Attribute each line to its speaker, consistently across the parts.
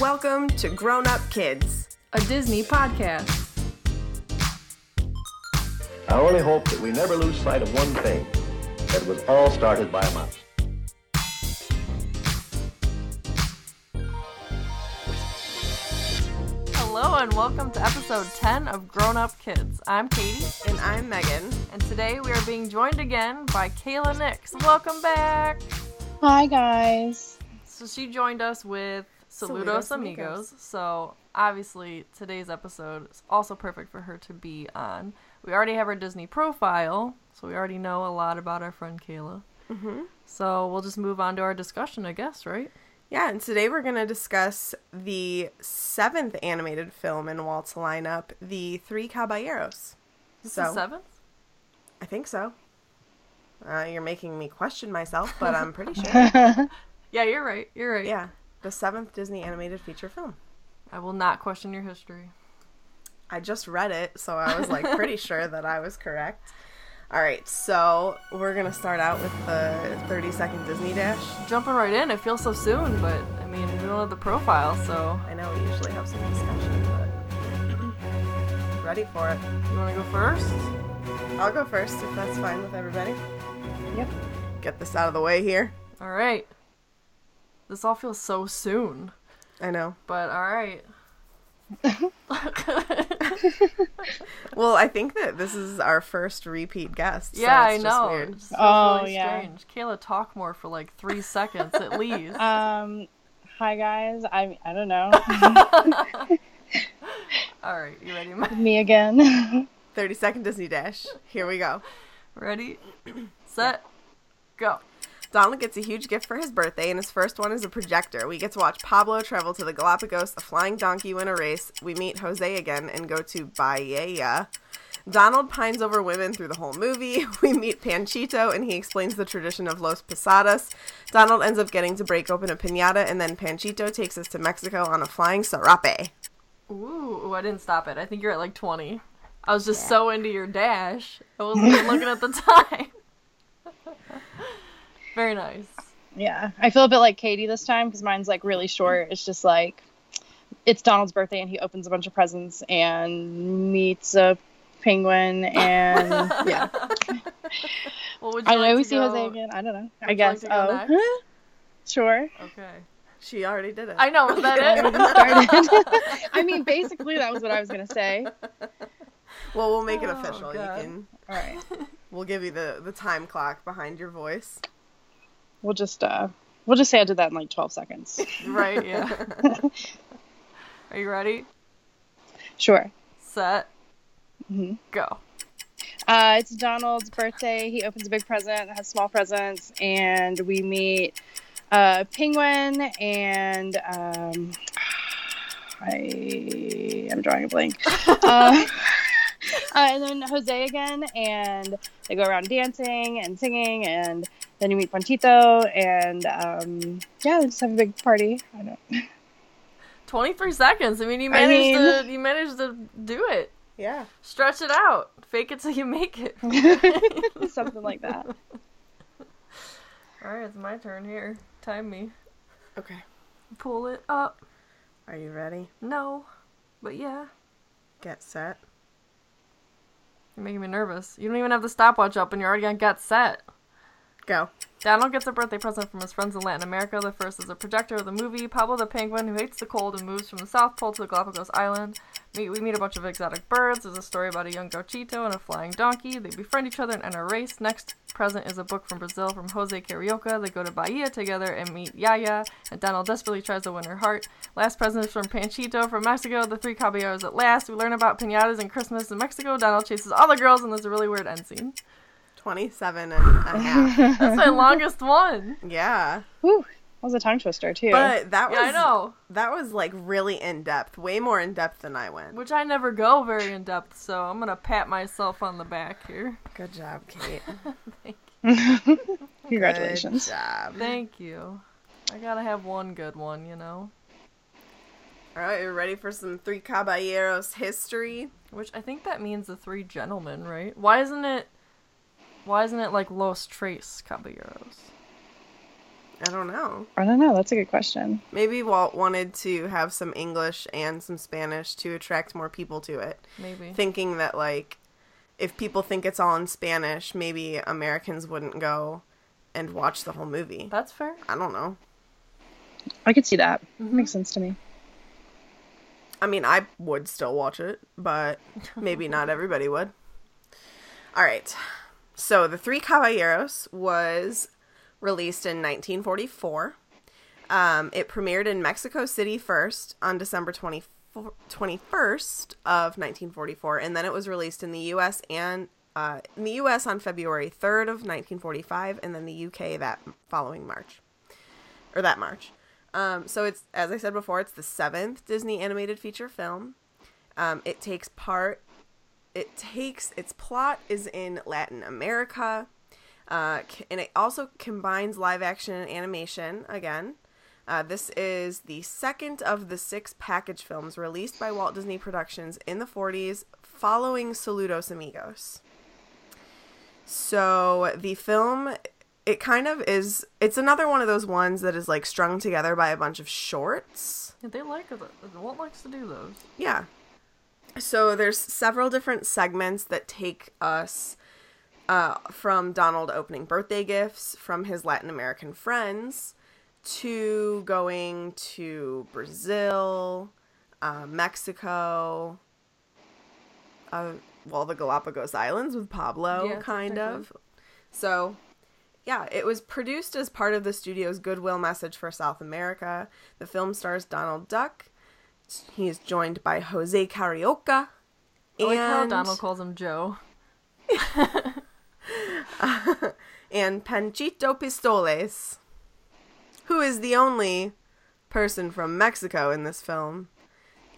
Speaker 1: Welcome to Grown Up Kids.
Speaker 2: a Disney podcast.
Speaker 3: I only hope that we never lose sight of one thing that was all started by a mouse.
Speaker 4: Hello and welcome to episode 10 of Grown Up Kids. I'm Katie,
Speaker 1: And I'm Megan.
Speaker 4: and today we are being joined again by Kayla Nix. Welcome back!
Speaker 5: Hi guys.
Speaker 4: So she joined us with Saludos,
Speaker 1: Saludos,
Speaker 4: amigos. So obviously today's episode is also perfect for her to be on. We already have her Disney profile, so we already know a lot about our friend Kayla.
Speaker 1: Mm-hmm.
Speaker 4: So we'll just move on to our discussion, I guess, right?
Speaker 1: Yeah, and today we're going to discuss the seventh animated film in Walt's lineup, The Three Caballeros.
Speaker 4: This
Speaker 1: So-
Speaker 4: is seventh?
Speaker 1: I think so. Uh, you're making me question myself, but I'm pretty sure.
Speaker 5: I
Speaker 4: Yeah, you're right. You're right.
Speaker 1: yeah, the seventh Disney animated feature film.
Speaker 4: I will not question your history.
Speaker 1: I just read it, so I was like pretty sure that I was correct. All right, so we're going to start out with the 30 second Disney dash.
Speaker 4: jumping right in. It feels so soon, but I mean, we don't have the profile, so
Speaker 1: I know we usually have some discussion, but ready for it.
Speaker 4: you want to go first?
Speaker 1: I'll go first if that's fine with everybody.
Speaker 5: Yep.
Speaker 1: Get this out of the way here.
Speaker 4: All right. This all feels so soon,
Speaker 1: I know.
Speaker 4: but all right.
Speaker 1: Well, I think that this is our first repeat guest. so
Speaker 4: yeah, I
Speaker 1: it's just
Speaker 4: know.
Speaker 1: weird.
Speaker 4: It's just
Speaker 5: Oh,
Speaker 4: really
Speaker 5: yeah.
Speaker 4: strange. Kayla talk more for like three seconds at least.
Speaker 5: Um hi guys. I I don't know.
Speaker 4: all right, you ready? Ma-
Speaker 5: Me again.
Speaker 1: 30 second Disney Dash. Here we go.
Speaker 4: Ready, set, go.
Speaker 1: Donald gets a huge gift for his birthday, and his first one is a projector. We get to watch Pablo travel to the Galapagos, a flying donkey win a race. We meet Jose again and go to Bahia. Donald pines over women through the whole movie. We meet Panchito, and he explains the tradition of Los Posadas. Donald ends up getting to break open a pinata, and then Panchito takes us to Mexico on a flying serape.
Speaker 4: Ooh, ooh, I didn't stop it. I think you're at like 20. I was just so into your dash. I wasn't even looking at the time. Very nice.
Speaker 5: yeah. I feel a bit like Katie this time because mine's like really short. It's just like it's Donald's birthday and he opens a bunch of presents and meets a penguin and yeah.
Speaker 4: What would you
Speaker 5: I
Speaker 4: like
Speaker 5: know we
Speaker 4: to
Speaker 5: see
Speaker 4: go-
Speaker 5: Jose again. I don't know. I
Speaker 4: would you like
Speaker 5: guess.
Speaker 4: to go
Speaker 5: oh. sure.
Speaker 4: Okay.
Speaker 1: She already did it.
Speaker 4: I know, is that it?
Speaker 5: Started. I mean basically that was what I was gonna say.
Speaker 1: Well, we'll make it
Speaker 4: Oh,
Speaker 1: official. You
Speaker 4: God.
Speaker 1: can.
Speaker 5: All right.
Speaker 1: We'll give you the the time clock behind your voice.
Speaker 5: We'll just uh we'll just say I did that in like twelve seconds.
Speaker 4: right, yeah. Are you ready?
Speaker 5: Sure.
Speaker 4: Set,
Speaker 5: Mhm.
Speaker 4: go.
Speaker 5: Uh, it's Donald's birthday. He opens a big present, has small presents, and we meet uh, Penguin and um, I am drawing a blank. uh, uh, and then Jose again, and they go around dancing and singing, and then you meet Panchito, and um, yeah, they just have a big party. I don't.
Speaker 4: 23 seconds. I mean, you
Speaker 5: I
Speaker 4: managed
Speaker 5: mean-
Speaker 4: to you managed to do it.
Speaker 1: Yeah.
Speaker 4: Stretch it out. Fake it till you make it.
Speaker 5: Something like that.
Speaker 4: All right, it's my turn here. Time me.
Speaker 1: Okay.
Speaker 4: Pull it up.
Speaker 1: Are you ready?
Speaker 4: No. But yeah.
Speaker 1: Get set.
Speaker 4: You're making me nervous. You don't even have the stopwatch up and you're already on get set.
Speaker 1: Go.
Speaker 4: Donald gets a birthday present from his friends in Latin America. The first is a projector of the movie. Pablo the penguin, who hates the cold and moves from the South Pole to the Galapagos Island. Meet, we meet a bunch of exotic birds. There's a story about a young gauchito and a flying donkey. They befriend each other and enter a race. Next present is a book from Brazil from Jose Carioca. They go to Bahia together and meet Yaya, and Donald desperately tries to win her heart. Last present is from Panchito from Mexico. The three caballeros at last. We learn about pinatas and Christmas in Mexico. Donald chases all the girls, and there's a really weird end scene.
Speaker 1: 27 and a half.
Speaker 4: That's my longest one.
Speaker 1: yeah.
Speaker 5: Whew, that was a tongue twister too.
Speaker 1: But that was
Speaker 4: Yeah, I know.
Speaker 1: that was like really in depth, way more in depth than I went.
Speaker 4: which I never go very in depth, so I'm gonna pat myself on the back here.
Speaker 1: Good job, Kate.
Speaker 5: Congratulations.
Speaker 1: Good job.
Speaker 4: Thank you. I gotta have one good one, you know?
Speaker 1: All right, you ready for some Three Caballeros history?
Speaker 4: Which I think that means the three gentlemen, right? Why isn't it why isn't it like Los Tres Caballeros?
Speaker 1: I don't know.
Speaker 5: I don't know. That's a good question.
Speaker 1: Maybe Walt wanted to have some English and some Spanish to attract more people to it,
Speaker 4: Maybe.
Speaker 1: thinking that like if people think it's all in Spanish, maybe Americans wouldn't go and watch the whole movie.
Speaker 4: That's fair.
Speaker 1: I don't know.
Speaker 5: I could see that.
Speaker 1: Mm-hmm.
Speaker 5: Makes sense to me.
Speaker 1: I mean, I would still watch it, but maybe not everybody would. All right. So, The Three Caballeros was released in 1944. Um, it premiered in Mexico City first on December 24- 21st of 1944, and then it was released in the U.S. and uh, in the U.S. on February 3rd of 1945, and then the U.K. that following March or that March. Um, so it's as I said before, it's the seventh Disney animated feature film. Um, it takes part. It takes its plot is in Latin America, uh, c- and it also combines live action and animation again. Uh, this is the second of the six package films released by Walt Disney Productions in the 40s, following Saludos Amigos. So the film, it kind of is. It's another one of those ones that is like strung together by a bunch of shorts.
Speaker 4: Yeah, They like it. Walt likes to do those.
Speaker 1: Yeah. So there's several different segments that take us uh, from Donald opening birthday gifts from his Latin American friends to going to Brazil, uh, Mexico, uh, well, the Galapagos Islands with Pablo,
Speaker 4: Yeah, it's
Speaker 1: kind
Speaker 4: pretty
Speaker 1: of. So yeah, it was produced as part of the studio's goodwill message for South America. The film stars Donald Duck. He is joined by Jose Carioca.
Speaker 4: I like how
Speaker 1: And,
Speaker 4: Oh, Donald calls him Joe.
Speaker 1: and Panchito Pistoles, who is the only person from Mexico in this film.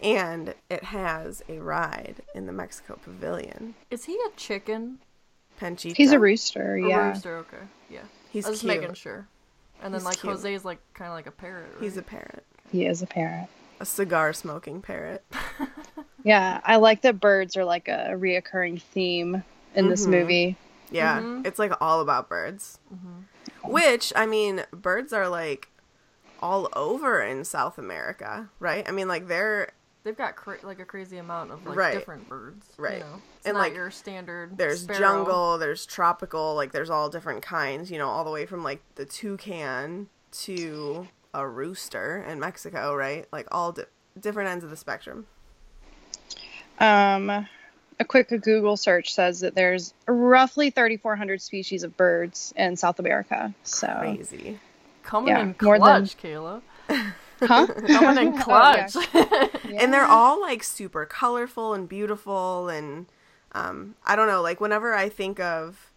Speaker 1: And it has a ride in the Mexico Pavilion.
Speaker 4: Is he a chicken?
Speaker 1: Panchito.
Speaker 5: He's a rooster.
Speaker 4: A
Speaker 5: Yeah.
Speaker 4: rooster, okay. Yeah.
Speaker 1: He's
Speaker 4: I was
Speaker 1: cute.
Speaker 4: just making sure. And then
Speaker 1: He's
Speaker 4: like
Speaker 1: cute.
Speaker 4: Jose's like kind of like a parrot. Right?
Speaker 1: He's a parrot.
Speaker 5: He is a parrot.
Speaker 1: A cigar smoking parrot.
Speaker 5: Yeah, I like that birds are like a reoccurring theme in this
Speaker 1: Mm-hmm.
Speaker 5: movie.
Speaker 1: Yeah, it's like all about birds. Which, I mean, birds are like all over in South America, right? I mean, like they're
Speaker 4: They've got cra- like a crazy amount of like
Speaker 1: Right.
Speaker 4: different birds.
Speaker 1: Right.
Speaker 4: You know? It's
Speaker 1: And,
Speaker 4: not
Speaker 1: like,
Speaker 4: your standard.
Speaker 1: there's
Speaker 4: sparrow.
Speaker 1: jungle, there's tropical, like there's all different kinds, you know, all the way from like the toucan to a rooster in Mexico, right? Like all di- different ends of the spectrum.
Speaker 5: Um, a quick Google search says that there's roughly 3,400 species of birds in South America. So,
Speaker 1: Crazy.
Speaker 4: Coming
Speaker 5: yeah,
Speaker 4: in
Speaker 5: more
Speaker 4: clutch,
Speaker 5: than-
Speaker 4: Kayla.
Speaker 5: huh? Oh,
Speaker 4: Coming in clutch.
Speaker 1: and they're all like super colorful and beautiful and um, i don't know like whenever i think of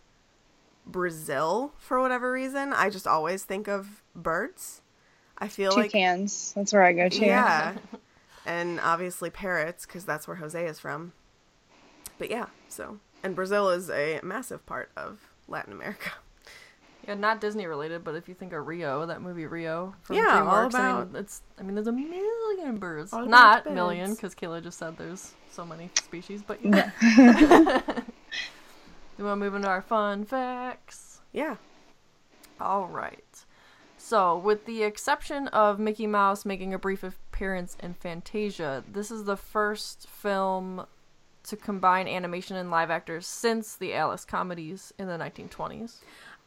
Speaker 1: brazil for whatever reason i just always think of birds i feel
Speaker 5: Two
Speaker 1: like
Speaker 5: cans. That's where I go to.
Speaker 1: yeah and obviously parrots because that's where jose is from but yeah so and brazil is a massive part of latin america
Speaker 4: yeah, not Disney related, but if you think of Rio, that movie Rio from
Speaker 1: Yeah, all
Speaker 4: DreamWorks, I mean,
Speaker 1: about-
Speaker 4: it's. I mean, there's a million birds.
Speaker 1: All
Speaker 4: not
Speaker 1: about
Speaker 4: million,
Speaker 1: birds.
Speaker 4: because Kayla just said there's so many species, but yeah. we want to move into our fun facts.
Speaker 1: yeah
Speaker 4: All right. So, with the exception of Mickey Mouse making a brief appearance in Fantasia, this is the first film to combine animation and live actors since the Alice comedies in the 1920s.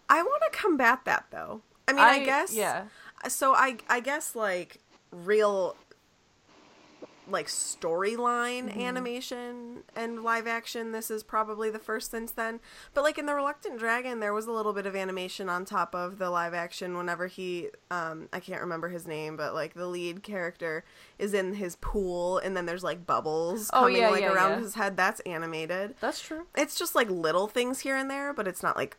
Speaker 1: i want to combat that though i mean i, guess
Speaker 4: Yeah.
Speaker 1: so I I guess like real like storyline
Speaker 4: Mm-hmm.
Speaker 1: animation and live action this is probably the first since then but like in the reluctant dragon there was a little bit of animation on top of the live action whenever he um i can't remember his name but like the lead character is in his pool and then there's like bubbles
Speaker 4: Oh,
Speaker 1: coming
Speaker 4: yeah,
Speaker 1: like
Speaker 4: yeah,
Speaker 1: around
Speaker 4: yeah.
Speaker 1: his head that's animated
Speaker 4: That's true.
Speaker 1: it's just like little things here and there but it's not like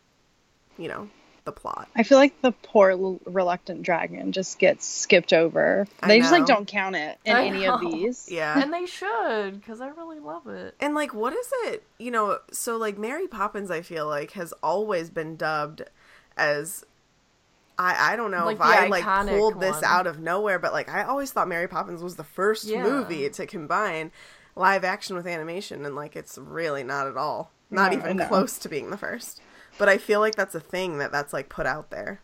Speaker 1: you know the plot
Speaker 5: I feel like the poor l- reluctant dragon just gets skipped over.
Speaker 1: I
Speaker 5: They just
Speaker 1: know.
Speaker 5: like don't count it in
Speaker 4: I
Speaker 5: any of
Speaker 4: know.
Speaker 5: these.
Speaker 1: yeah
Speaker 4: And they should, because I really love it.
Speaker 1: And like, what is it? You know, so like Mary Poppins, I feel like has always been dubbed as I I don't know
Speaker 4: Like
Speaker 1: if
Speaker 4: the
Speaker 1: I like
Speaker 4: iconic
Speaker 1: pulled this
Speaker 4: one.
Speaker 1: out of nowhere, but like I always thought Mary Poppins was the first
Speaker 4: Yeah.
Speaker 1: movie to combine live action with animation, and like it's really not at all, not
Speaker 5: No,
Speaker 1: even
Speaker 5: no.
Speaker 1: close to being the first. But I feel like that's a thing that that's like put out there.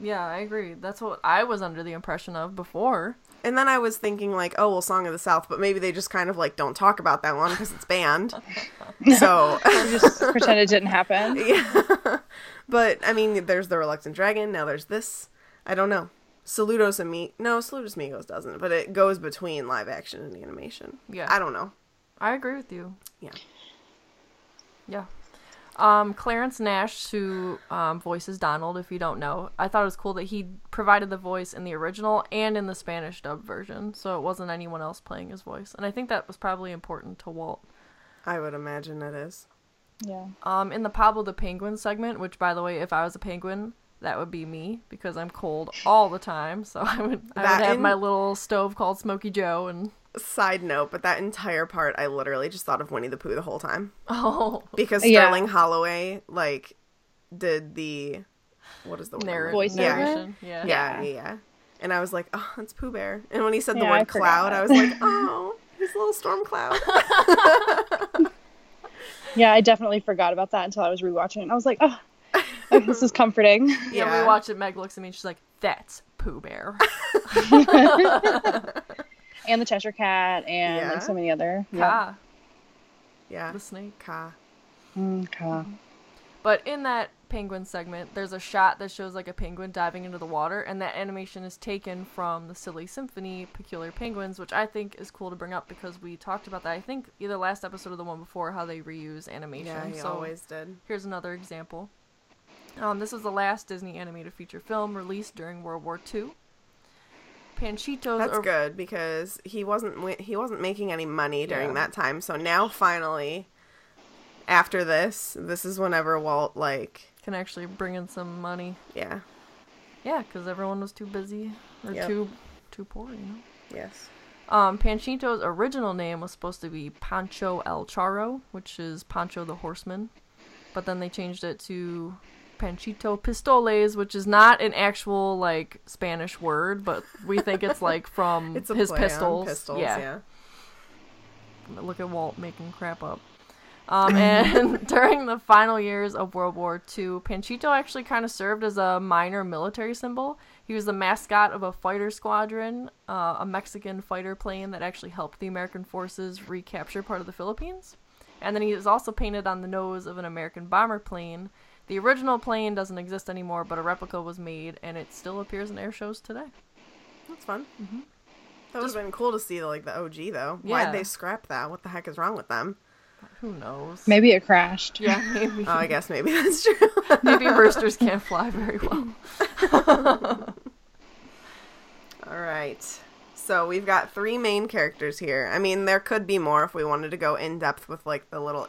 Speaker 4: Yeah, I agree. That's what I was under the impression of before.
Speaker 1: And then I was thinking like, oh well, Song of the South, but maybe they just kind of like don't talk about that one because it's banned. so
Speaker 5: Just pretend it didn't happen.
Speaker 1: yeah, but I mean, there's the Reluctant Dragon. Now there's this. I don't know. Saludos and me. No, Saludos Amigos doesn't, but it goes between live action and animation.
Speaker 4: Yeah.
Speaker 1: I don't know.
Speaker 4: I agree with you.
Speaker 1: Yeah.
Speaker 4: Yeah. Um, Clarence Nash, who um, voices Donald, if you don't know, I thought it was cool that he provided the voice in the original and in the Spanish dub version, so it wasn't anyone else playing his voice. And I think that was probably important to Walt.
Speaker 1: I would imagine it is.
Speaker 5: Yeah.
Speaker 4: Um, in the Pablo the Penguin segment, which by the way, if I was a penguin, that would be me because I'm cold all the time, so I would I
Speaker 1: That
Speaker 4: would have
Speaker 1: and-
Speaker 4: my little stove called Smoky Joe and
Speaker 1: Side note, but that entire part, I literally just thought of Winnie the Pooh the whole time
Speaker 4: oh
Speaker 1: because
Speaker 5: Yeah.
Speaker 1: Sterling Holloway like did the what is the word?
Speaker 4: narr-
Speaker 5: Voiceover?
Speaker 4: narration.
Speaker 1: Yeah,
Speaker 4: Yeah.
Speaker 5: Yeah.
Speaker 1: yeah, yeah. And I was like, oh, it's Pooh Bear. And when he said the
Speaker 5: Yeah,
Speaker 1: word
Speaker 5: I forgot
Speaker 1: cloud,
Speaker 5: that.
Speaker 1: I was like, oh, he's a little storm cloud.
Speaker 5: Yeah, I definitely forgot about that until I was rewatching it. I was like, oh, like, this is comforting.
Speaker 4: Yeah,
Speaker 1: Yeah.
Speaker 4: we watch it. Meg looks at me and she's like, "That's Pooh Bear."
Speaker 5: And the Cheshire Cat and
Speaker 1: Yeah.
Speaker 5: like so many other. Yeah.
Speaker 4: yeah,
Speaker 1: yeah.
Speaker 4: the snake.
Speaker 1: Ka.
Speaker 5: Mm, cool.
Speaker 4: But in that penguin segment, there's a shot that shows like a penguin diving into the water, and that animation is taken from the Silly Symphony Peculiar Penguins, which I think is cool to bring up because we talked about that. I think either last episode or the one before how they reuse animation.
Speaker 1: Yeah, he
Speaker 4: so
Speaker 1: always did.
Speaker 4: here's another example. Um, this was the last Disney animated feature film released during World War II. Panchitos
Speaker 1: That's
Speaker 4: are
Speaker 1: good because he wasn't wi- he wasn't making any money during
Speaker 4: Yeah.
Speaker 1: that time. So now finally, after this, this is whenever Walt like
Speaker 4: can actually bring in some money.
Speaker 1: yeah
Speaker 4: Yeah, because everyone was too busy or
Speaker 1: Yep.
Speaker 4: too too poor, you know.
Speaker 1: yes
Speaker 4: Um, Panchito's original name was supposed to be Pancho El Charro, which is Pancho the Horseman, but then they changed it to Panchito Pistoles, which is not an actual like Spanish word, but we think it's like from
Speaker 1: it's a
Speaker 4: Mm. his
Speaker 1: play on
Speaker 4: pistols.
Speaker 1: pistols
Speaker 4: yeah.
Speaker 1: yeah.
Speaker 4: Look at Walt making crap up. Um, and during the final years of World War II, Panchito actually kind of served as a minor military symbol. He was the mascot of a fighter squadron, uh, a Mexican fighter plane that actually helped the American forces recapture part of the Philippines. And then he is also painted on the nose of an American bomber plane. The original plane doesn't exist anymore, but a replica was made, and it still appears in air shows today.
Speaker 1: that's fun. That would have been cool to see like the OG though.
Speaker 4: Mm-hmm. Yeah.
Speaker 1: Why'd they scrap that? What the heck is wrong with them?
Speaker 4: Who knows?
Speaker 5: Maybe it crashed.
Speaker 4: Yeah, maybe.
Speaker 1: Oh, I guess maybe that's true.
Speaker 4: Maybe roosters can't fly very well.
Speaker 1: All right. So we've got three main characters here. I mean, there could be more if we wanted to go in depth with like the little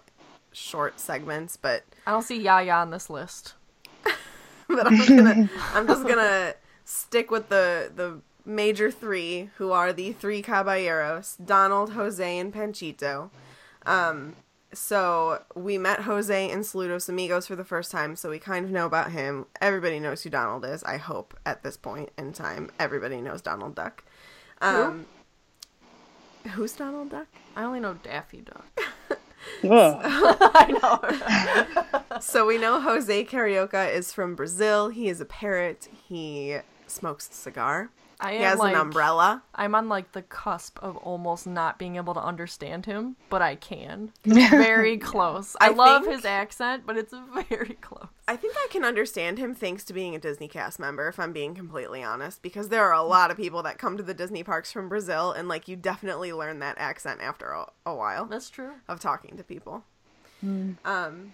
Speaker 1: short segments, but
Speaker 4: I don't see Yaya on this list.
Speaker 1: but I'm gonna I'm just gonna stick with the the major three who are the three caballeros: Donald, Jose, and Panchito. Um, so we met Jose in Saludos Amigos for the first time, so we kind of know about him. Everybody knows who Donald is, I hope, at this point in time. Everybody knows Donald Duck. Um, Who's Donald Duck?
Speaker 4: I only know Daffy Duck.
Speaker 5: Ugh.
Speaker 4: I know.
Speaker 1: So we know Jose Carioca is from Brazil. He is a parrot. He smokes a cigar.
Speaker 4: I
Speaker 1: He
Speaker 4: am
Speaker 1: has
Speaker 4: like,
Speaker 1: an umbrella.
Speaker 4: I'm on like the cusp of almost not being able to understand him, but I can. It's very close.
Speaker 1: I
Speaker 4: I, love
Speaker 1: think-
Speaker 4: his accent, but it's very close.
Speaker 1: I think I can understand him thanks to being a Disney cast member, if I'm being completely honest, because there are a lot of people that come to the Disney parks from Brazil, and like you definitely learn that accent after a, a while
Speaker 4: That's true.
Speaker 1: of talking to people. Um, and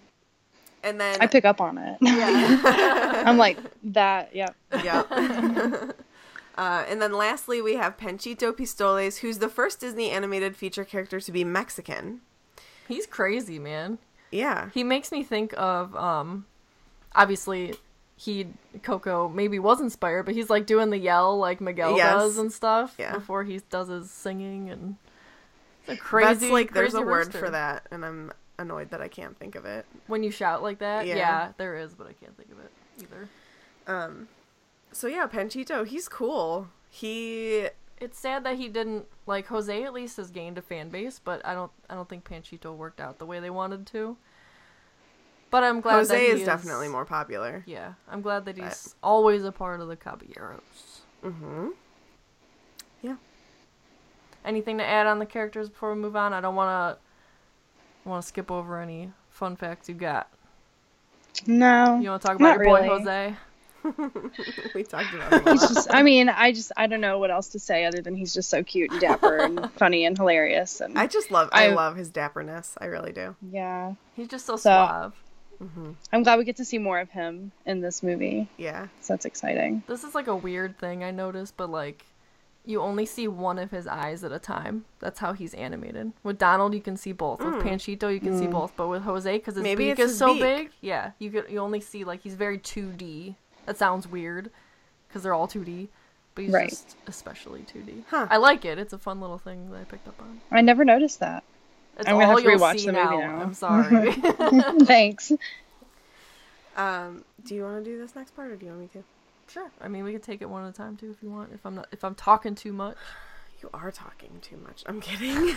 Speaker 1: then
Speaker 5: I pick up on it. I'm like, that, yep.
Speaker 1: Yep. Uh, and then lastly, we have Panchito Pistoles, who's the first Disney animated feature character to be Mexican.
Speaker 4: He's crazy, man.
Speaker 1: Yeah.
Speaker 4: He makes me think of um obviously he Coco maybe was inspired, but he's like doing the yell like Miguel
Speaker 1: Yes.
Speaker 4: does and stuff
Speaker 1: Yeah.
Speaker 4: before he does his singing and it's a crazy
Speaker 1: That's like, there's
Speaker 4: crazy
Speaker 1: a word
Speaker 4: rooster.
Speaker 1: for that, and I'm annoyed that I can't think of it.
Speaker 4: When you shout like that?
Speaker 1: Yeah.
Speaker 4: Yeah. there is, but I can't think of it either.
Speaker 1: So yeah, Panchito, he's cool. He
Speaker 4: It's sad that he didn't like Jose at least has gained a fan base, but I don't I don't think Panchito worked out the way they wanted to. But I'm glad that
Speaker 1: Jose
Speaker 4: he
Speaker 1: is definitely more popular.
Speaker 4: Yeah, I'm glad that he's always a part of the Caballeros.
Speaker 1: Mm-hmm.
Speaker 4: Anything to add on the characters before we move on? I don't want to want to skip over any fun facts you got.
Speaker 5: No.
Speaker 4: You want to talk
Speaker 5: Not
Speaker 4: about your boy
Speaker 5: really.
Speaker 4: Jose?
Speaker 1: we talked about him a
Speaker 5: He's
Speaker 1: lot.
Speaker 5: just, I mean, I just, I don't know what else to say other than he's just so cute and dapper and funny and hilarious. And
Speaker 1: I just love I,
Speaker 5: I-
Speaker 1: love his dapperness. I really do.
Speaker 5: yeah,
Speaker 4: He's just so,
Speaker 5: So-
Speaker 4: suave.
Speaker 1: hmm
Speaker 5: I'm glad we get to see more of him in this movie.
Speaker 1: Yeah.
Speaker 5: So that's exciting.
Speaker 4: This is like a weird thing I noticed, but like you only see one of his eyes at a time. That's how he's animated. With Donald, you can see both.
Speaker 5: Hmm.
Speaker 4: With Panchito, you can see both. But with Jose, because his
Speaker 1: Maybe
Speaker 4: beak
Speaker 1: it's
Speaker 4: is
Speaker 1: his
Speaker 4: so
Speaker 1: beak.
Speaker 4: big, yeah, you could you only see like he's very 2D. That sounds weird because they're all 2D, but he's
Speaker 5: Right.
Speaker 4: just especially 2D.
Speaker 1: Huh.
Speaker 4: I like it. It's a fun little thing that I picked up on.
Speaker 5: I never noticed that.
Speaker 4: It's
Speaker 5: I'm
Speaker 4: all
Speaker 5: gonna have to
Speaker 4: you'll
Speaker 5: rewatch
Speaker 4: see
Speaker 5: the movie
Speaker 4: now.
Speaker 5: now.
Speaker 4: I'm sorry.
Speaker 5: Thanks.
Speaker 1: Um, do you want to do this next part, or do you want me to?
Speaker 4: sure. I mean, we could take it one at a time too if you want. If I'm not if I'm talking too much.
Speaker 1: You are talking too much. I'm kidding.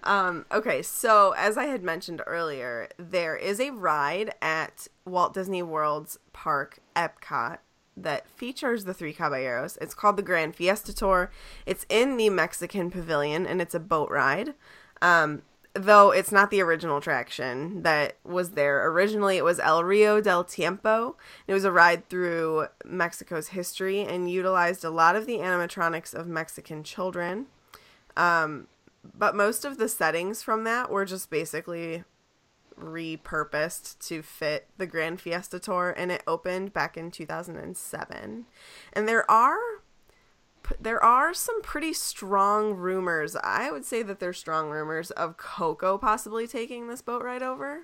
Speaker 1: um, okay, so as I had mentioned earlier, there is a ride at Walt Disney World's park, Epcot, that features the Three Caballeros. It's called the Grand Fiesta Tour. It's in the Mexican Pavilion, and it's a boat ride. Um, though it's not the original attraction that was there originally it was el rio del tiempo it was a ride through mexico's history and utilized a lot of the animatronics of mexican children um, but most of the settings from that were just basically repurposed to fit the grand fiesta tour and it opened back in 2007 and there are p- there are some pretty strong rumors. I would say that there's strong rumors of Coco possibly taking this boat ride over.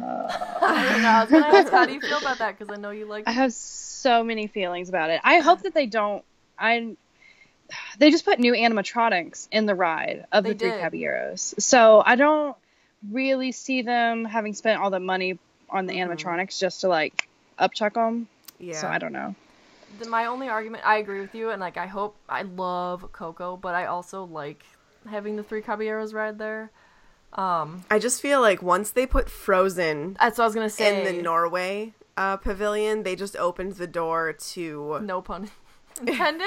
Speaker 4: I don't know. I was gonna ask how do you feel about that because I know you like
Speaker 5: I have so many feelings about it. I hope that they don't. I they just put new animatronics in the ride of
Speaker 4: They
Speaker 5: the three
Speaker 4: did.
Speaker 5: caballeros, so I don't really see them having spent all the money on the animatronics just to like upchuck them.
Speaker 1: Yeah.
Speaker 5: So I don't know.
Speaker 4: the, my only argument i agree with you and like i hope i love coco but i also like having the three caballeros ride there
Speaker 1: I just feel like once they put Frozen
Speaker 4: that's what i was gonna say
Speaker 1: in the Norway uh, pavilion, they just opened the door to
Speaker 4: no pun intended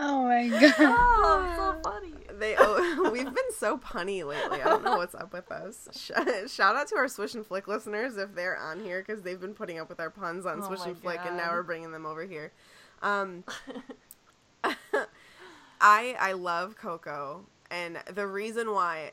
Speaker 5: Oh my god.
Speaker 4: oh so funny
Speaker 1: they oh, we've been so punny lately. I don't know what's up with us. Sh- Shout out to our Swish and Flick listeners if they're on here because they've been putting up with our puns on
Speaker 4: Oh
Speaker 1: Swish
Speaker 4: my
Speaker 1: and Flick, and now
Speaker 4: God.
Speaker 1: we're bringing them over here. Um, I I love Coco, and the reason why.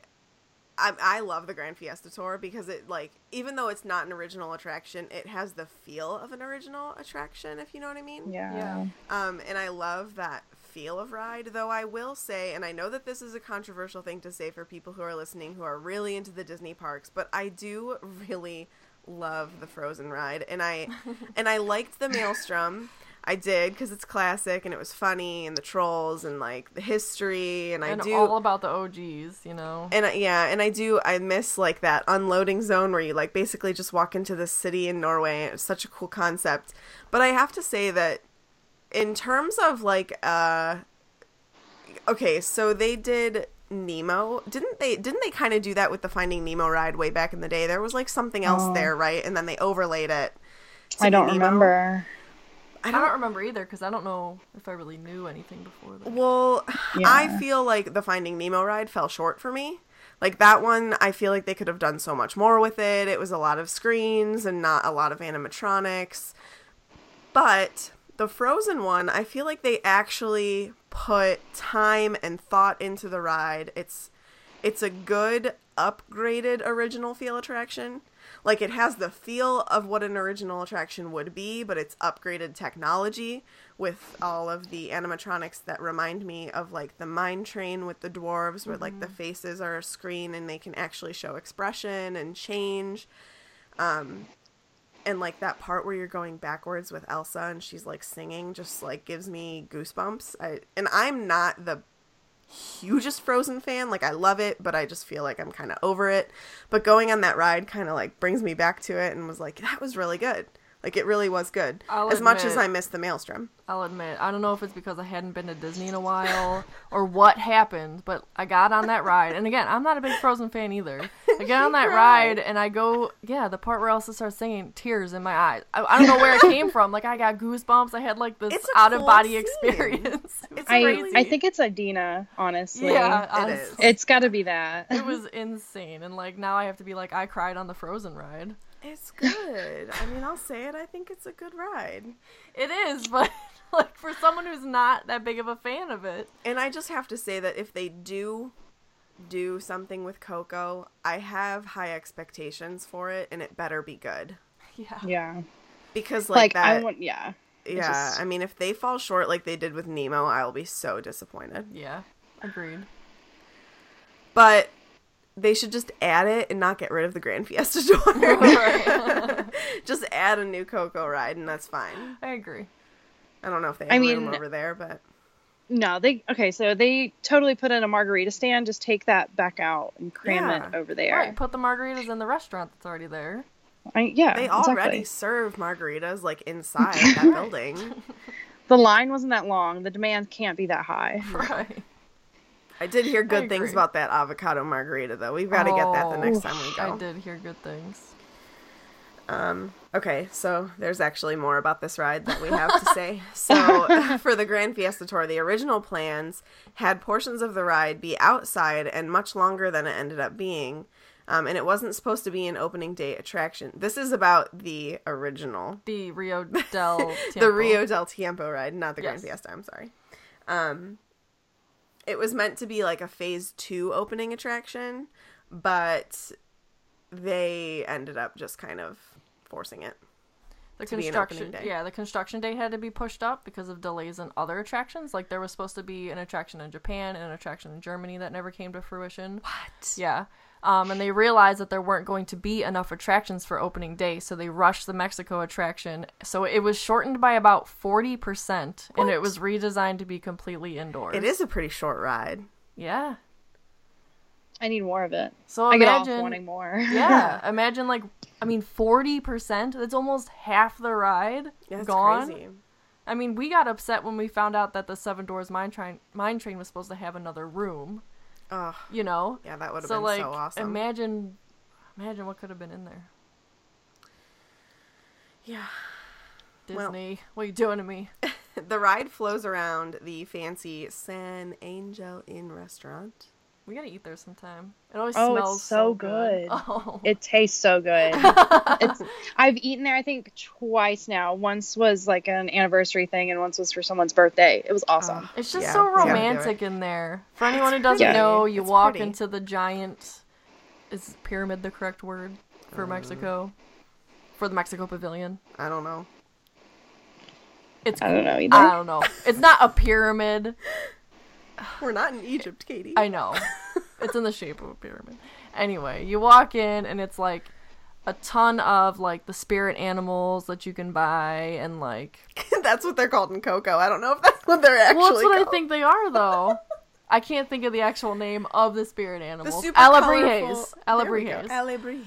Speaker 1: I, I love the Grand Fiesta Tour because it like even though it's not an original attraction, it has the feel of an original attraction if you know what I mean.
Speaker 5: Yeah.
Speaker 4: Yeah.
Speaker 1: Um, and I love that feel of ride, though I will say, and I know that this is a controversial thing to say for people who are listening who are really into the Disney parks, but I do really love the Frozen ride, and I and I liked the Maelstrom. I did because it's classic and it was funny, and the trolls and like the history, and,
Speaker 4: and
Speaker 1: I do
Speaker 4: all about the og's you know
Speaker 1: and I, yeah, and I do. I miss like that unloading zone where you like basically just walk into the city in Norway. It's such a cool concept. But I have to say that in terms of like, uh, okay, so they did Nemo, didn't they? Didn't they kind of do that with the Finding Nemo ride way back in the day? There was like something else there, right? And then they overlaid it. to
Speaker 5: Oh. I don't
Speaker 1: Nemo.
Speaker 5: remember.
Speaker 1: I
Speaker 4: I
Speaker 1: don't
Speaker 4: don't remember either because I don't know if I really knew anything before that.
Speaker 1: Well, I
Speaker 5: Yeah.
Speaker 1: feel like the Finding Nemo ride fell short for me. Like that one, I feel like they could have done so much more with it. It was a lot of screens and not a lot of animatronics. But the Frozen one, I feel like they actually put time and thought into the ride. It's it's a good upgraded original feel attraction. Like it has the feel of what an original attraction would be, but it's upgraded technology with all of the animatronics that remind me of like the mine train with the dwarves where like the faces are a screen and they can actually show expression and change. Um and like that part where you're going backwards with Elsa and she's like singing just like gives me goosebumps. I and I'm not the hugest Frozen fan. Like I love it, but I just feel like I'm kind of over it. But going on that ride kind of like brings me back to it and was like that was really good. Like it really was good.
Speaker 4: I'll
Speaker 1: as much as
Speaker 4: admit-
Speaker 1: I miss the Maelstrom.
Speaker 4: I'll admit, I don't know if it's because I hadn't been to Disney in a while or what happened, but I got on that ride. And again, I'm not a big Frozen fan either. I get on that ride and I go, yeah, the part where Elsa starts singing, tears in my eyes. I, I don't know where it came from. Like, I got goosebumps. I had like this
Speaker 1: It's a
Speaker 4: out of body
Speaker 1: cool scene.
Speaker 4: experience. It was
Speaker 1: It's
Speaker 5: I,
Speaker 1: crazy.
Speaker 5: I think it's Adina, honestly.
Speaker 4: yeah,
Speaker 1: It
Speaker 4: honestly.
Speaker 1: is.
Speaker 5: It's got to be that.
Speaker 4: It was insane. And like, now I have to be like, I cried on the Frozen ride.
Speaker 1: It's good. I mean, I'll say it. I think it's a good ride.
Speaker 4: It is, but like, for someone who's not that big of a fan of it,
Speaker 1: And I just have to say that if they do do something with Coco, I have high expectations for it, and it better be good.
Speaker 4: yeah.
Speaker 5: yeah.
Speaker 1: Because like,
Speaker 5: Like,
Speaker 1: that,
Speaker 5: I want, yeah.
Speaker 1: yeah.
Speaker 5: just-
Speaker 1: I mean, if they fall short like they did with Nemo, I'll be so disappointed.
Speaker 4: Yeah. Agreed.
Speaker 1: But they should just add it and not get rid of the Grand Fiesta Daughter. just add a new Coco ride, and that's fine.
Speaker 4: I agree.
Speaker 1: I don't know if they have
Speaker 5: I
Speaker 1: room
Speaker 5: mean-
Speaker 1: over there, but
Speaker 5: No, they, okay, so they totally put in a margarita stand. Just take that back out and cram
Speaker 1: Yeah.
Speaker 5: it over there.
Speaker 4: Right, put the margaritas in the restaurant that's already there.
Speaker 5: I, yeah.
Speaker 1: they
Speaker 5: exactly.
Speaker 1: already serve margaritas like inside that building.
Speaker 5: The line wasn't that long. The demand can't be that high.
Speaker 4: Right.
Speaker 1: I did hear good things
Speaker 4: agree.
Speaker 1: about that avocado margarita, though. We've got to get that the
Speaker 4: Oh,
Speaker 1: next time we
Speaker 4: I
Speaker 1: go.
Speaker 4: did hear good things.
Speaker 1: Um, okay, so there's actually more about this ride that we have to say. So, for the Grand Fiesta Tour, the original plans had portions of the ride be outside and much longer than it ended up being. Um, and it wasn't supposed to be an opening day attraction. This is about the original
Speaker 4: The Rio del
Speaker 1: the
Speaker 4: Tiempo.
Speaker 1: Rio del Tiempo ride, not the Grand
Speaker 4: Yes.
Speaker 1: Fiesta. I'm sorry. Um, it was meant to be like a phase two opening attraction, but they ended up just kind of forcing it.
Speaker 4: the
Speaker 1: be an opening
Speaker 4: construction
Speaker 1: day.
Speaker 4: Yeah, the construction date had to be pushed up because of delays in other attractions. Like there was supposed to be an attraction in Japan and an attraction in Germany that never came to fruition. What? Yeah. Um, and they realized that there weren't going to be enough attractions for opening day, so they rushed the Mexico attraction. So it was shortened by about forty percent, and it was redesigned to be completely indoors.
Speaker 1: It is a pretty short ride.
Speaker 4: Yeah.
Speaker 5: I need more of it.
Speaker 4: So
Speaker 5: I get off
Speaker 4: imagine
Speaker 5: wanting more.
Speaker 4: Yeah. Imagine like I mean forty percent. That's almost half the ride
Speaker 1: Yeah, it's
Speaker 4: gone.
Speaker 1: crazy.
Speaker 4: I mean, we got upset when we found out that the Seven Doors Mine Train Mine Train was supposed to have another room.
Speaker 1: Ugh.
Speaker 4: You know.
Speaker 1: Yeah, that would have
Speaker 4: so
Speaker 1: been
Speaker 4: like,
Speaker 1: so awesome.
Speaker 4: imagine, imagine what could have been in there.
Speaker 1: Yeah. Well-
Speaker 4: Disney, what are you doing to me?
Speaker 1: the ride flows around the fancy San Angel Inn restaurant.
Speaker 4: We gotta eat there sometime. It always
Speaker 5: Oh, it's
Speaker 4: smells
Speaker 5: so good.
Speaker 4: Oh,
Speaker 5: It tastes so good. it's, I've eaten there, I think, twice now. Once was like an anniversary thing, and once was for someone's birthday. It was
Speaker 1: Ah.
Speaker 5: awesome.
Speaker 4: It's just
Speaker 1: Yeah,
Speaker 4: so
Speaker 1: we gotta do
Speaker 4: romantic in there. For anyone who doesn't
Speaker 5: pretty.
Speaker 4: know, you
Speaker 1: It's
Speaker 4: walk
Speaker 1: pretty.
Speaker 4: into the giant. Is pyramid the correct word for
Speaker 1: Um,
Speaker 4: Mexico? For the Mexico Pavilion?
Speaker 1: I don't know.
Speaker 4: It's.
Speaker 5: I don't know either.
Speaker 1: Ah.
Speaker 4: I don't know. It's not a pyramid.
Speaker 1: We're not in Egypt, Katie.
Speaker 4: I know. it's in the shape of a pyramid. Anyway, you walk in and it's like a ton of like the spirit animals that you can buy and like
Speaker 1: that's what they're called in Coco. I don't know if that's what they're actually
Speaker 4: Well, that's what
Speaker 1: called.
Speaker 4: I think they are though. I can't think of the actual name of the spirit animals.
Speaker 1: super
Speaker 4: Alabrijes.
Speaker 1: colorful- There we go.
Speaker 4: Alabrijes.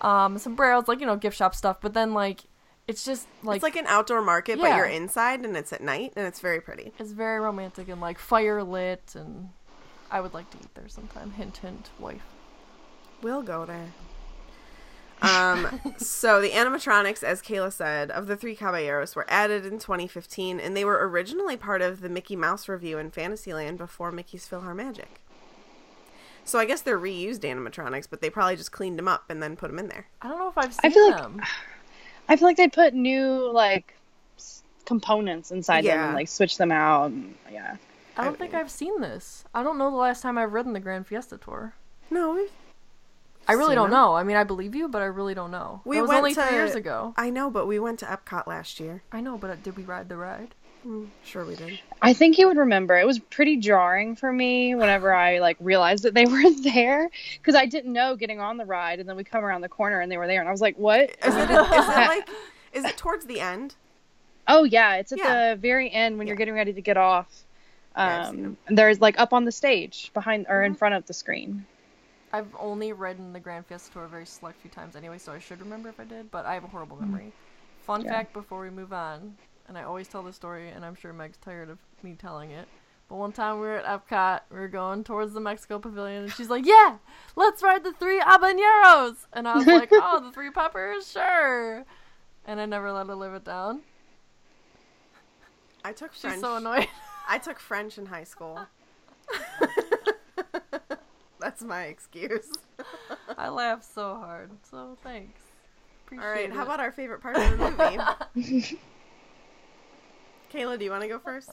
Speaker 1: Alabrijes.
Speaker 4: Um sombreros like, you know, gift shop stuff, but then like it's just like
Speaker 1: it's like an outdoor market, but
Speaker 4: Yeah.
Speaker 1: you're inside and it's at night and it's very pretty.
Speaker 4: it's very romantic and like fire lit and I would like to eat there sometime. Hint hint, wife.
Speaker 1: We'll go there. Um, so the animatronics, as Kayla said, of the three caballeros were added in 2015, and they were originally part of the Mickey Mouse review in Fantasyland before Mickey's PhilharMagic. So I guess they're reused animatronics, but they probably just cleaned them up and then put them in there.
Speaker 4: I don't know if I've seen
Speaker 5: I feel like-
Speaker 4: them.
Speaker 5: I feel like they put new like s- components inside them
Speaker 1: Yeah.
Speaker 5: and like switch them out. and- yeah.
Speaker 4: I don't think I've seen this. I don't know the last time I've ridden the Grand Fiesta Tour.
Speaker 1: No, we've
Speaker 4: I really
Speaker 1: Seen
Speaker 4: don't
Speaker 1: them?
Speaker 4: know. I mean, I believe you, but I really don't know.
Speaker 1: We
Speaker 4: it was
Speaker 1: went
Speaker 4: only
Speaker 1: to-
Speaker 4: three years ago.
Speaker 1: I know, but we went to Epcot last year. Mm,
Speaker 4: I know, but uh, did we ride the ride?
Speaker 1: Sure, we did.
Speaker 5: I think you would remember. It was pretty jarring for me whenever I like realized that they were there because I didn't know getting on the ride, and then we come around the corner and they were there, and I was like, "What?"
Speaker 1: Is it, is it like? Is it towards the end?
Speaker 5: Oh yeah, it's at
Speaker 1: Yeah.
Speaker 5: the very end when you're
Speaker 1: Yeah.
Speaker 5: getting ready to get off.
Speaker 1: Yeah, I've seen
Speaker 5: Um, there's like up on the stage behind or in
Speaker 1: Mm-hmm.
Speaker 5: front of the screen.
Speaker 4: I've
Speaker 1: Mm-hmm.
Speaker 4: only ridden the Grand Fiesta Tour a very select few times anyway, so I should remember if I did, but I have a horrible memory. Fun
Speaker 5: Yeah.
Speaker 4: fact before we move on, and I always tell this story, and I'm sure Meg's tired of me telling it. But one time we were at Epcot, we were going towards the Mexico Pavilion, and she's like, "Yeah, let's ride the three habaneros," and I was like, "Oh, the three peppers, sure." And I never let her live it down.
Speaker 1: I took
Speaker 4: She's
Speaker 1: French.
Speaker 4: so annoyed.
Speaker 1: I took French in high school. That's my excuse.
Speaker 4: I laughed so hard. So thanks. Appreciate
Speaker 1: All right,
Speaker 4: it.
Speaker 1: how about our favorite part of the movie? Kayla, do you want to go first?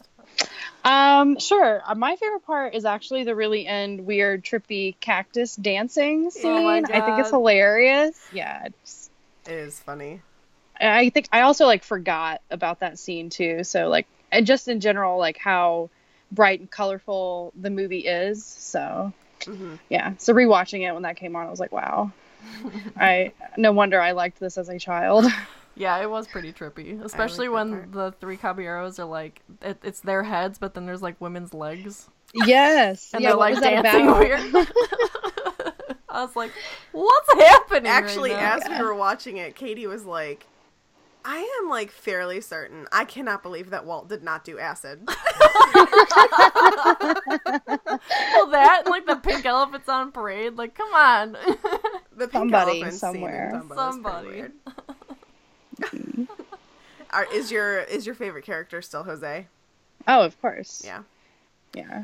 Speaker 5: Um, sure. Uh, my favorite part is actually the really end weird trippy cactus dancing scene.
Speaker 4: Oh my
Speaker 5: I think it's
Speaker 4: God.
Speaker 5: hilarious. Yeah. It's,
Speaker 1: It is funny.
Speaker 5: and I think I also like forgot about that scene too. So like, and just in general, like how bright and colorful the movie is. So
Speaker 1: Mhm.
Speaker 5: yeah. So rewatching it when that came on, I was like, wow. I no wonder I liked this as a child.
Speaker 4: Yeah, it was pretty trippy, especially
Speaker 1: that
Speaker 4: when the three caballeros are like, it, it's their heads, but then there's like women's legs,
Speaker 5: yes.
Speaker 4: and
Speaker 5: yeah.
Speaker 4: they're
Speaker 5: what
Speaker 4: like
Speaker 5: was that
Speaker 4: dancing
Speaker 5: about?
Speaker 4: weird. I was like, what's happening? right
Speaker 1: Actually,
Speaker 4: now?"
Speaker 1: as we were watching it, Katie was like, I am like fairly certain. I cannot believe that Walt did not do acid.
Speaker 4: well, that and like the pink elephants on parade, like, come on.
Speaker 1: The pink elephant
Speaker 5: Somebody
Speaker 1: scene in
Speaker 5: somewhere.
Speaker 1: Dumbo is pretty
Speaker 4: Somebody.
Speaker 1: weird. Are- is your is your favorite character still Jose?
Speaker 5: Oh, of course.
Speaker 1: Yeah.
Speaker 5: Yeah.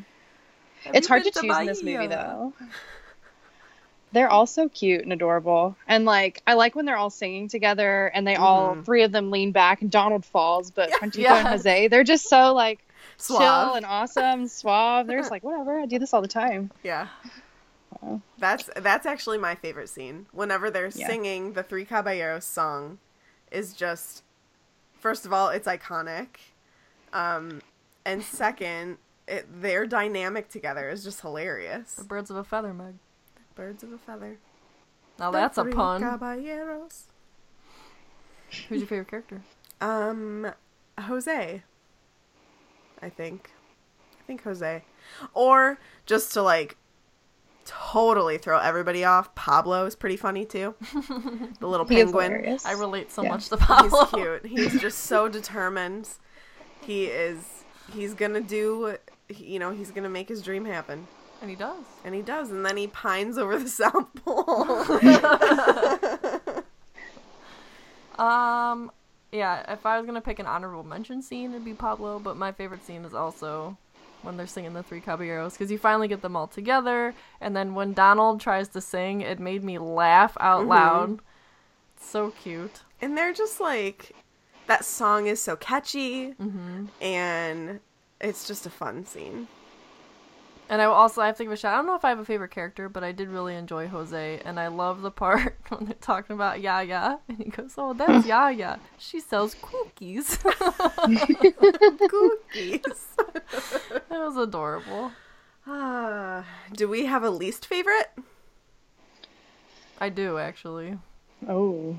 Speaker 4: Have
Speaker 5: It's
Speaker 4: you
Speaker 5: hard to
Speaker 4: been
Speaker 5: choose in this movie
Speaker 4: Bahia?
Speaker 5: though. They're all so cute and adorable. And like I like when they're all singing together and they all
Speaker 4: Mm-hmm.
Speaker 5: three of them lean back and Donald falls, but Pantito and
Speaker 4: Yes.
Speaker 5: Jose, they're just so like chill
Speaker 1: Suave.
Speaker 5: and awesome, suave. They're just like, whatever, I do this all the time.
Speaker 1: Yeah. That's that's actually my favorite scene. Whenever they're
Speaker 5: Oh. Yeah.
Speaker 1: singing the Three Caballeros song is just first of all, it's iconic. Um and second, it, their dynamic together is just hilarious.
Speaker 4: The birds of a feather, Meg.
Speaker 1: Birds of a feather.
Speaker 4: Now
Speaker 1: The
Speaker 4: that's a
Speaker 1: Three
Speaker 4: pun.
Speaker 1: Caballeros.
Speaker 4: Who's your favorite character?
Speaker 1: Um, Jose. I think. I think Jose. Or just to like totally throw everybody off, Pablo is pretty funny too. The little
Speaker 5: He is
Speaker 1: penguin.
Speaker 5: hilarious.
Speaker 4: I relate so
Speaker 5: Yeah.
Speaker 4: much to
Speaker 1: He's
Speaker 4: Pablo.
Speaker 1: cute. He's just so determined. He is. He's gonna do. You know, he's gonna make his dream happen,
Speaker 4: And he does.
Speaker 1: and he does. And then he pines over the South Pole.
Speaker 4: Um, yeah, if I was gonna pick an honorable mention scene, it'd be Pablo. But my favorite scene is also when they're singing the Three Caballeros because you finally get them all together, and then when Donald tries to sing, it made me laugh out loud. It's so cute.
Speaker 1: and they're just like that song is so catchy
Speaker 4: Mm-hmm.
Speaker 1: and it's just a fun scene
Speaker 4: And I will also I have to give a shout. I don't know if I have a favorite character, but I did really enjoy Jose, and I love the part when they're talking about Yaya, and he goes, "Oh, that's Yaya. She sells cookies."
Speaker 1: cookies
Speaker 4: that was adorable.
Speaker 1: Ah, do we have a least favorite
Speaker 4: I do actually.
Speaker 5: Oh.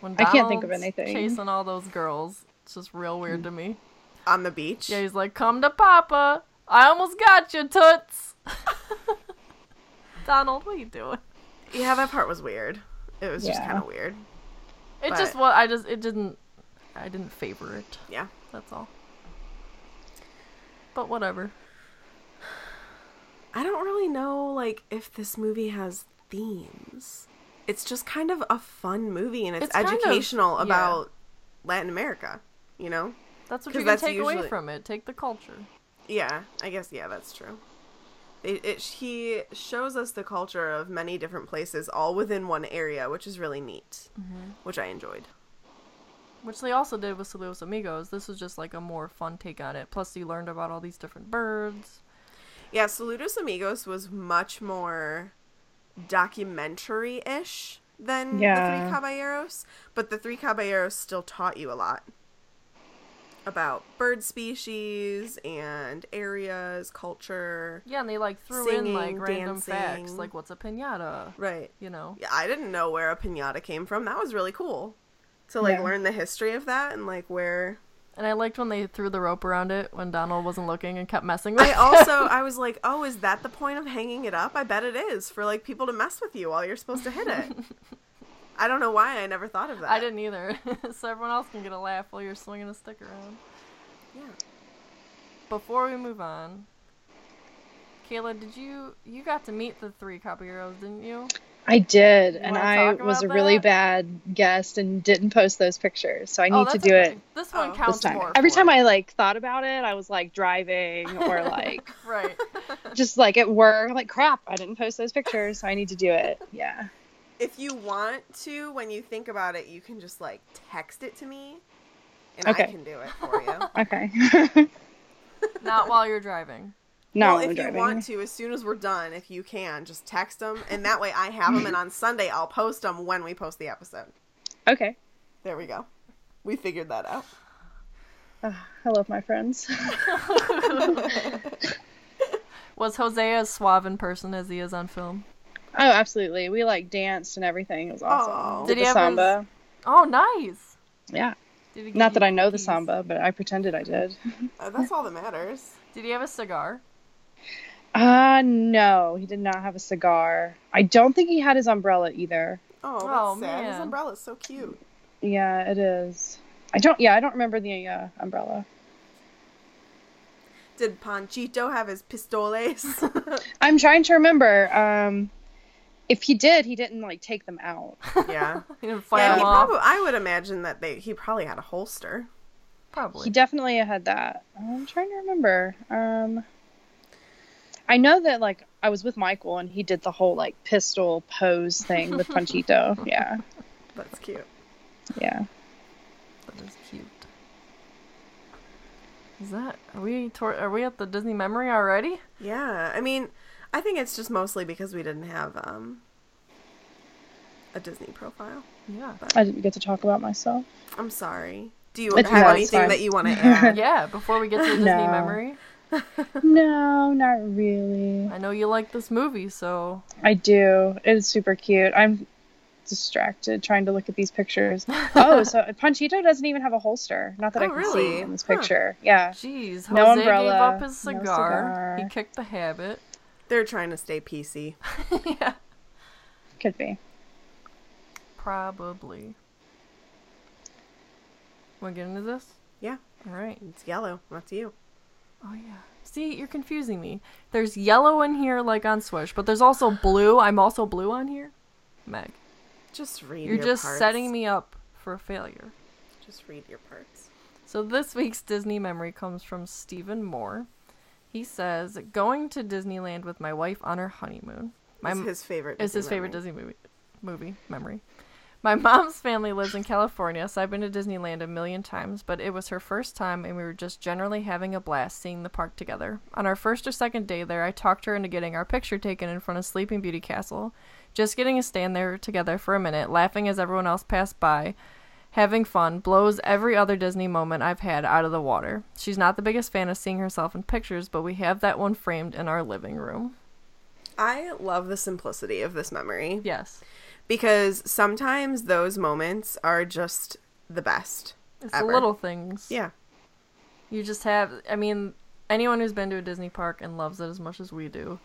Speaker 4: When
Speaker 5: I can't think of
Speaker 4: Donald's
Speaker 5: anything.
Speaker 4: Chasing all those girls. It's just real weird to me.
Speaker 1: on the beach
Speaker 4: Yeah, he's like, come to Papa. I almost got you, Toots. Donald, what are you doing?
Speaker 1: Yeah, that part was weird it was just
Speaker 5: Yeah.
Speaker 1: kind of weird
Speaker 4: It
Speaker 1: But-
Speaker 4: just what I just it didn't I didn't favor it.
Speaker 1: yeah
Speaker 4: That's all. But whatever.
Speaker 1: i don't really know like if this movie has themes it's just kind of a fun movie and it's,
Speaker 4: It's kind of-
Speaker 1: educational
Speaker 4: yeah.
Speaker 1: about latin america you know
Speaker 4: That's what
Speaker 1: 'Cause
Speaker 4: you can
Speaker 1: that's
Speaker 4: take away
Speaker 1: usually-
Speaker 4: from it. Take the culture.
Speaker 1: Yeah, I guess yeah, that's true. It, it he shows us the culture of many different places, all within one area, which is really neat, which I enjoyed.
Speaker 4: Which they also did with Saludos Amigos. This was just like a more fun take on it. Plus you learned about all these different birds.
Speaker 1: Yeah, Saludos Amigos was much more documentary ish than the
Speaker 5: Yeah.
Speaker 1: Three Caballeros, but the Three Caballeros still taught you a lot about bird species and areas, culture.
Speaker 4: Yeah, and they like threw in like
Speaker 1: Singing,
Speaker 4: random facts,
Speaker 1: dancing.
Speaker 4: like what's a pinata?
Speaker 1: Right.
Speaker 4: You know.
Speaker 1: Yeah, I didn't know where a pinata came from. That was really cool to like
Speaker 5: Yeah.
Speaker 1: learn the history of that and like where.
Speaker 4: And I liked when they threw the rope around it when Donald wasn't looking and kept messing with
Speaker 1: I
Speaker 4: it.
Speaker 1: also I was like, oh, is that the point of hanging it up? I bet it is for like people to mess with you while you're supposed to hit it. I don't know why I never thought of that.
Speaker 4: I didn't either. so everyone else can get a laugh while you're swinging a stick around.
Speaker 1: Yeah.
Speaker 4: Before we move on, Kayla, did you you got to meet the three caballeros, didn't you?
Speaker 5: I did, and
Speaker 4: wanna
Speaker 5: I
Speaker 4: talk
Speaker 5: was a
Speaker 4: about
Speaker 5: really
Speaker 4: that? Oh,
Speaker 5: bad guest and didn't post those pictures. So I need to
Speaker 4: that's
Speaker 5: do
Speaker 4: okay.
Speaker 5: it
Speaker 4: This
Speaker 1: Oh.
Speaker 4: one
Speaker 1: This
Speaker 4: counts
Speaker 5: this time.
Speaker 4: more.
Speaker 5: Every
Speaker 4: for
Speaker 5: time
Speaker 4: it.
Speaker 5: I like thought about it, I was like driving or like
Speaker 4: right.
Speaker 5: just like at work, like crap, I didn't post those pictures, so I need to do it. Yeah.
Speaker 1: If you want to, when you think about it, you can just like text it to me, and I
Speaker 5: Okay.
Speaker 1: can do it for you.
Speaker 5: Okay.
Speaker 4: Not while you're driving.
Speaker 5: no,
Speaker 1: well, if
Speaker 5: I'm
Speaker 1: you want
Speaker 5: driving.
Speaker 1: to, as soon as we're done, if you can, just text them, and that way I have them, and on Sunday I'll post them when we post the episode.
Speaker 5: Okay.
Speaker 1: There we go. We figured that out.
Speaker 5: Ugh, I love my friends.
Speaker 1: Uh,
Speaker 4: Was Jose as suave in person as he is on film?
Speaker 5: Oh, absolutely. We like danced and everything. It was awesome.
Speaker 1: Aw.
Speaker 4: Did
Speaker 5: Did the
Speaker 4: he have his-
Speaker 5: samba?
Speaker 4: Oh, nice.
Speaker 5: Yeah.
Speaker 4: Did he give
Speaker 5: Not that
Speaker 4: you
Speaker 5: I know the
Speaker 4: keys?
Speaker 5: samba, but I pretended I did.
Speaker 1: Uh, that's all that matters.
Speaker 4: Did he have a cigar?
Speaker 5: Uh no, he did not have a cigar. I don't think he had his umbrella either.
Speaker 1: Oh, that's
Speaker 4: Oh,
Speaker 1: sad. His
Speaker 4: man.
Speaker 1: umbrella's so cute.
Speaker 5: Yeah, it is. I don't. Yeah, I don't remember the uh, umbrella.
Speaker 1: Did Panchito have his pistoles?
Speaker 5: I'm trying to remember. Um, if he did, he didn't like take them out.
Speaker 1: yeah.
Speaker 4: He didn't fire
Speaker 1: yeah
Speaker 4: him
Speaker 1: he
Speaker 4: off.
Speaker 1: probably, I would imagine that they he probably had a holster.
Speaker 4: Probably.
Speaker 5: He definitely had that. I'm trying to remember. Um, I know that like I was with Michael and he did the whole like pistol pose thing with Panchito. yeah,
Speaker 1: That's cute.
Speaker 5: yeah.
Speaker 4: That is cute. Is that are we tor- are we at the Disney memory already?
Speaker 1: Yeah. I mean, I think it's just mostly because we didn't have um a Disney profile.
Speaker 4: Yeah.
Speaker 5: I didn't get to talk about myself.
Speaker 1: I'm sorry. Do you
Speaker 5: It's-
Speaker 1: have
Speaker 5: no, it's
Speaker 1: anything
Speaker 5: fine.
Speaker 1: that you want to add?
Speaker 4: Yeah, before we get to the Disney
Speaker 5: No.
Speaker 4: memory.
Speaker 5: No, not really.
Speaker 4: I know you like this movie, so
Speaker 5: I do. It is super cute. I'm distracted trying to look at these pictures. Oh, so Panchito doesn't even have a holster. Not that
Speaker 1: Oh,
Speaker 5: I can
Speaker 1: really?
Speaker 5: see in this
Speaker 1: Huh.
Speaker 5: picture. Yeah.
Speaker 4: jeez, Jose
Speaker 5: No umbrella,
Speaker 4: gave up his
Speaker 5: no
Speaker 4: cigar.
Speaker 5: cigar.
Speaker 4: He kicked the habit.
Speaker 1: They're trying to stay PC.
Speaker 4: yeah.
Speaker 5: Could be.
Speaker 4: Probably. Wanna get into this?
Speaker 1: Yeah.
Speaker 4: Alright.
Speaker 1: It's yellow. That's you.
Speaker 4: Oh yeah. See, you're confusing me. There's yellow in here like on Swish, but there's also blue. I'm also blue on here. Meg.
Speaker 1: Just read.
Speaker 4: You're
Speaker 1: your
Speaker 4: just
Speaker 1: parts.
Speaker 4: setting me up for failure.
Speaker 1: Just read your parts.
Speaker 4: So this week's Disney memory comes from Stephen Moore. He says, "Going to Disneyland with my wife on her honeymoon. My
Speaker 1: It's
Speaker 4: m-
Speaker 1: his favorite.
Speaker 4: it's his
Speaker 1: Disney
Speaker 4: favorite
Speaker 1: memory.
Speaker 4: Disney movie movie memory. My mom's family lives in California, so I've been to Disneyland a million times, but it was her first time and we were just generally having a blast seeing the park together. On our first or second day there, I talked her into getting our picture taken in front of Sleeping Beauty Castle, just getting to stand there together for a minute, laughing as everyone else passed by. Having fun blows every other Disney moment I've had out of the water. She's not the biggest fan of seeing herself in pictures, but we have that one framed in our living room.
Speaker 1: I love the simplicity of this memory.
Speaker 4: Yes.
Speaker 1: because sometimes those moments are just the best.
Speaker 4: It's
Speaker 1: Ever.
Speaker 4: the little things.
Speaker 1: Yeah.
Speaker 4: You just have, I mean, anyone who's been to a Disney park and loves it as much as we do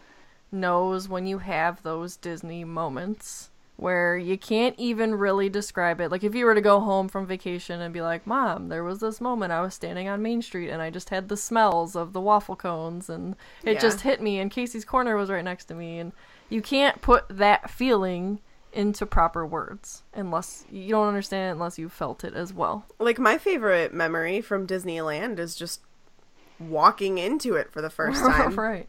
Speaker 4: knows when you have those Disney moments where you can't even really describe it. Like, if you were to go home from vacation and be like, Mom, there was this moment I was standing on Main Street and I just had the smells of the waffle cones and it
Speaker 1: Yeah.
Speaker 4: just hit me, and Casey's Corner was right next to me. And you can't put that feeling into proper words unless you don't understand it unless you felt it as well.
Speaker 1: Like my favorite memory from Disneyland is just walking into it for the first time.
Speaker 4: right.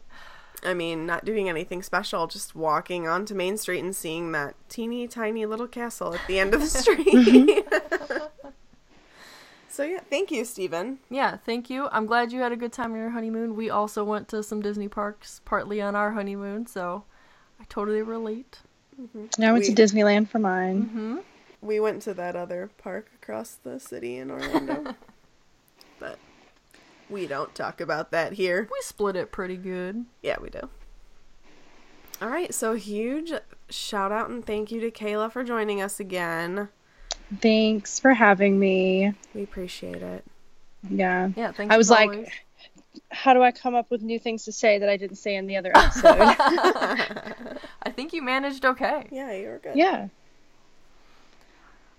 Speaker 1: I mean, not doing anything special, just walking onto Main Street and seeing that teeny tiny little castle at the end of the street. so yeah, thank you, Stephen.
Speaker 4: Yeah, thank you. I'm glad you had a good time on your honeymoon. We also went to some Disney parks, partly on our honeymoon, so I totally relate.
Speaker 5: Now it's
Speaker 1: We-
Speaker 5: to Disneyland for mine.
Speaker 1: Mm-hmm. We went to that other park across the city in Orlando. but we don't talk about that here.
Speaker 4: We split it pretty good.
Speaker 1: Yeah, we do. All right, so huge shout out and thank you to Kayla for joining us again.
Speaker 5: Thanks for having me.
Speaker 1: We appreciate it.
Speaker 5: Yeah.
Speaker 4: Yeah, thanks.
Speaker 5: I was
Speaker 4: as
Speaker 5: like-
Speaker 4: always.
Speaker 5: How do I come up with new things to say that I didn't say in the other episode?
Speaker 4: I think you managed okay.
Speaker 1: Yeah, you were good.
Speaker 5: yeah.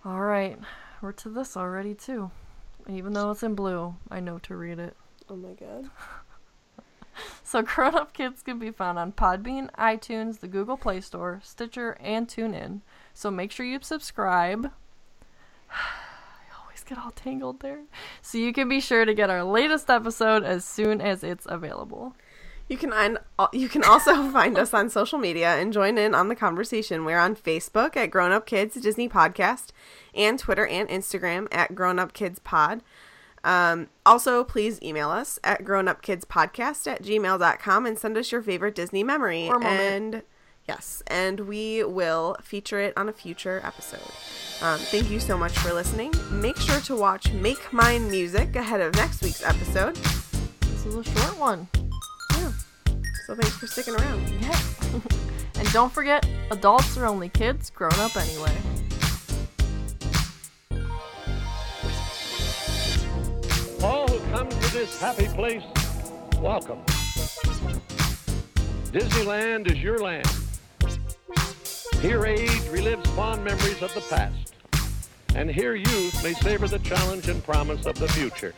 Speaker 4: All right, we're to this already too. Even though it's in blue, I know to read it.
Speaker 1: Oh my god.
Speaker 4: So Grown Up Kids can be found on Podbean, iTunes, the Google Play Store, Stitcher, and TuneIn. So make sure you subscribe. I always get all tangled there. So you can be sure to get our latest episode as soon as it's available.
Speaker 1: You can un- al- you can also find us on social media and join in on the conversation. We're on Facebook at Grown Up Kids Disney Podcast, and Twitter and Instagram at Grown Up Kids Pod. Um, also, please email us at grownupkidspodcast at gmail.com and send us your favorite Disney memory.
Speaker 4: Or moment.
Speaker 1: And yes, and we will feature it on a future episode. Um, thank you so much for listening. Make sure to watch Make Mine Music ahead of next week's episode.
Speaker 4: This is a short one.
Speaker 1: So thanks for sticking around.
Speaker 4: Yeah. and don't forget, adults are only kids grown up anyway.
Speaker 6: All who come to this happy place, welcome. Disneyland is your land. Here age relives fond memories of the past. And here youth may savor the challenge and promise of the future.